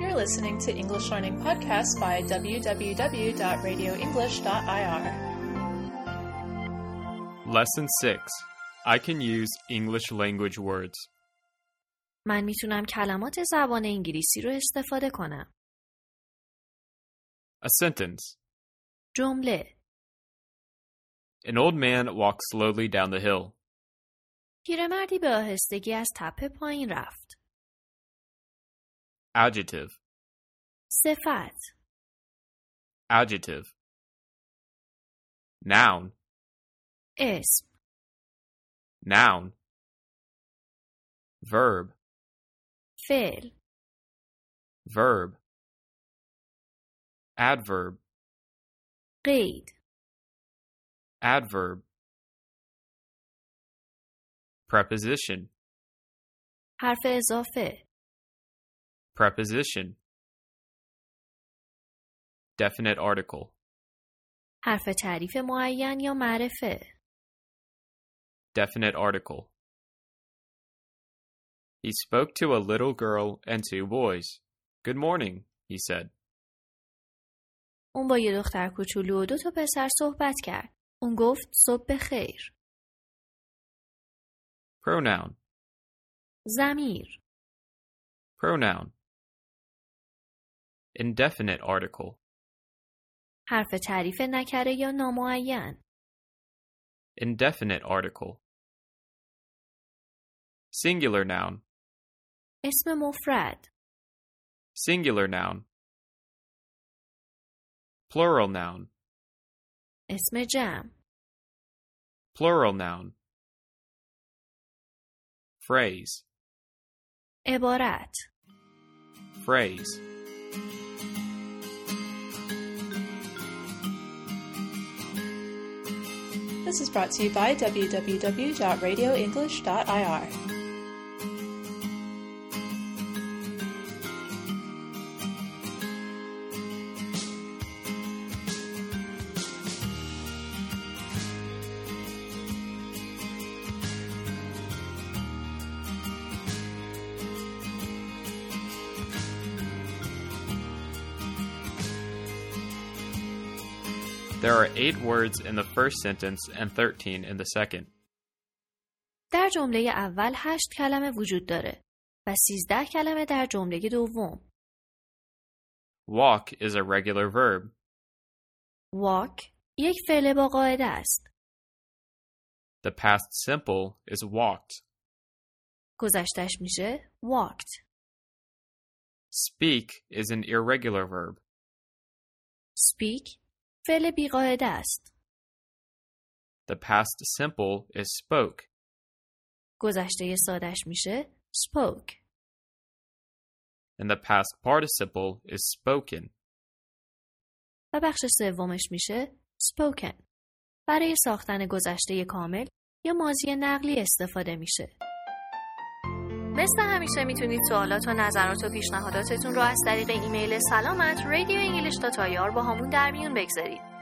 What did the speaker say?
You're listening to English Learning Podcast by www.radioenglish.ir. Lesson 6 I can use English language words. من میتونم کلمات زبان انگلیسی رو استفاده کنم. A sentence جمله An old man walked slowly down the hill. پیرمردی به آهستگی از تپه پایین رفت. Adjective. صفت Adjective. Noun. اسم Noun. Verb. فعل Verb. Adverb. قید Adverb. Preposition. حرف اضافه Preposition. Definite article. حرف تعریف معین یا معرفه definite article. He spoke to a little girl and two boys. Good morning, he said. اون با یه دختر کوچولو و دو تا پسر صحبت کرد. اون گفت صبح بخیر. Pronoun, زمیر pronoun. Indefinite article, حرف تعریف نکره یا نامعین indefinite article. Singular noun, اسم مفرد singular noun. Plural noun, اسم جمع plural noun. Phrase, عبارت phrase. This is brought to you by www.radioenglish.ir. There are eight words in the first sentence and 13 in the second. در جمله اول هشت کلمه وجود داره و سیزده کلمه در جمله دوم. Walk is a regular verb. واک یک فعل با قاعده است. The past simple is walked. گذشتش میشه walked. Speak is an irregular verb. speak فعل بی قاعده است. The past simple is spoke. گذشته سادش میشه spoke. And the past participle is spoken. و بخش سومش میشه spoken. برای ساختن گذشته کامل یا ماضی نقلی استفاده میشه. مثل همیشه میتونید سوالات و نظرات و پیشنهاداتتون رو از طریق ایمیل سلامت radioenglish.ir با همون در میون بگذارید.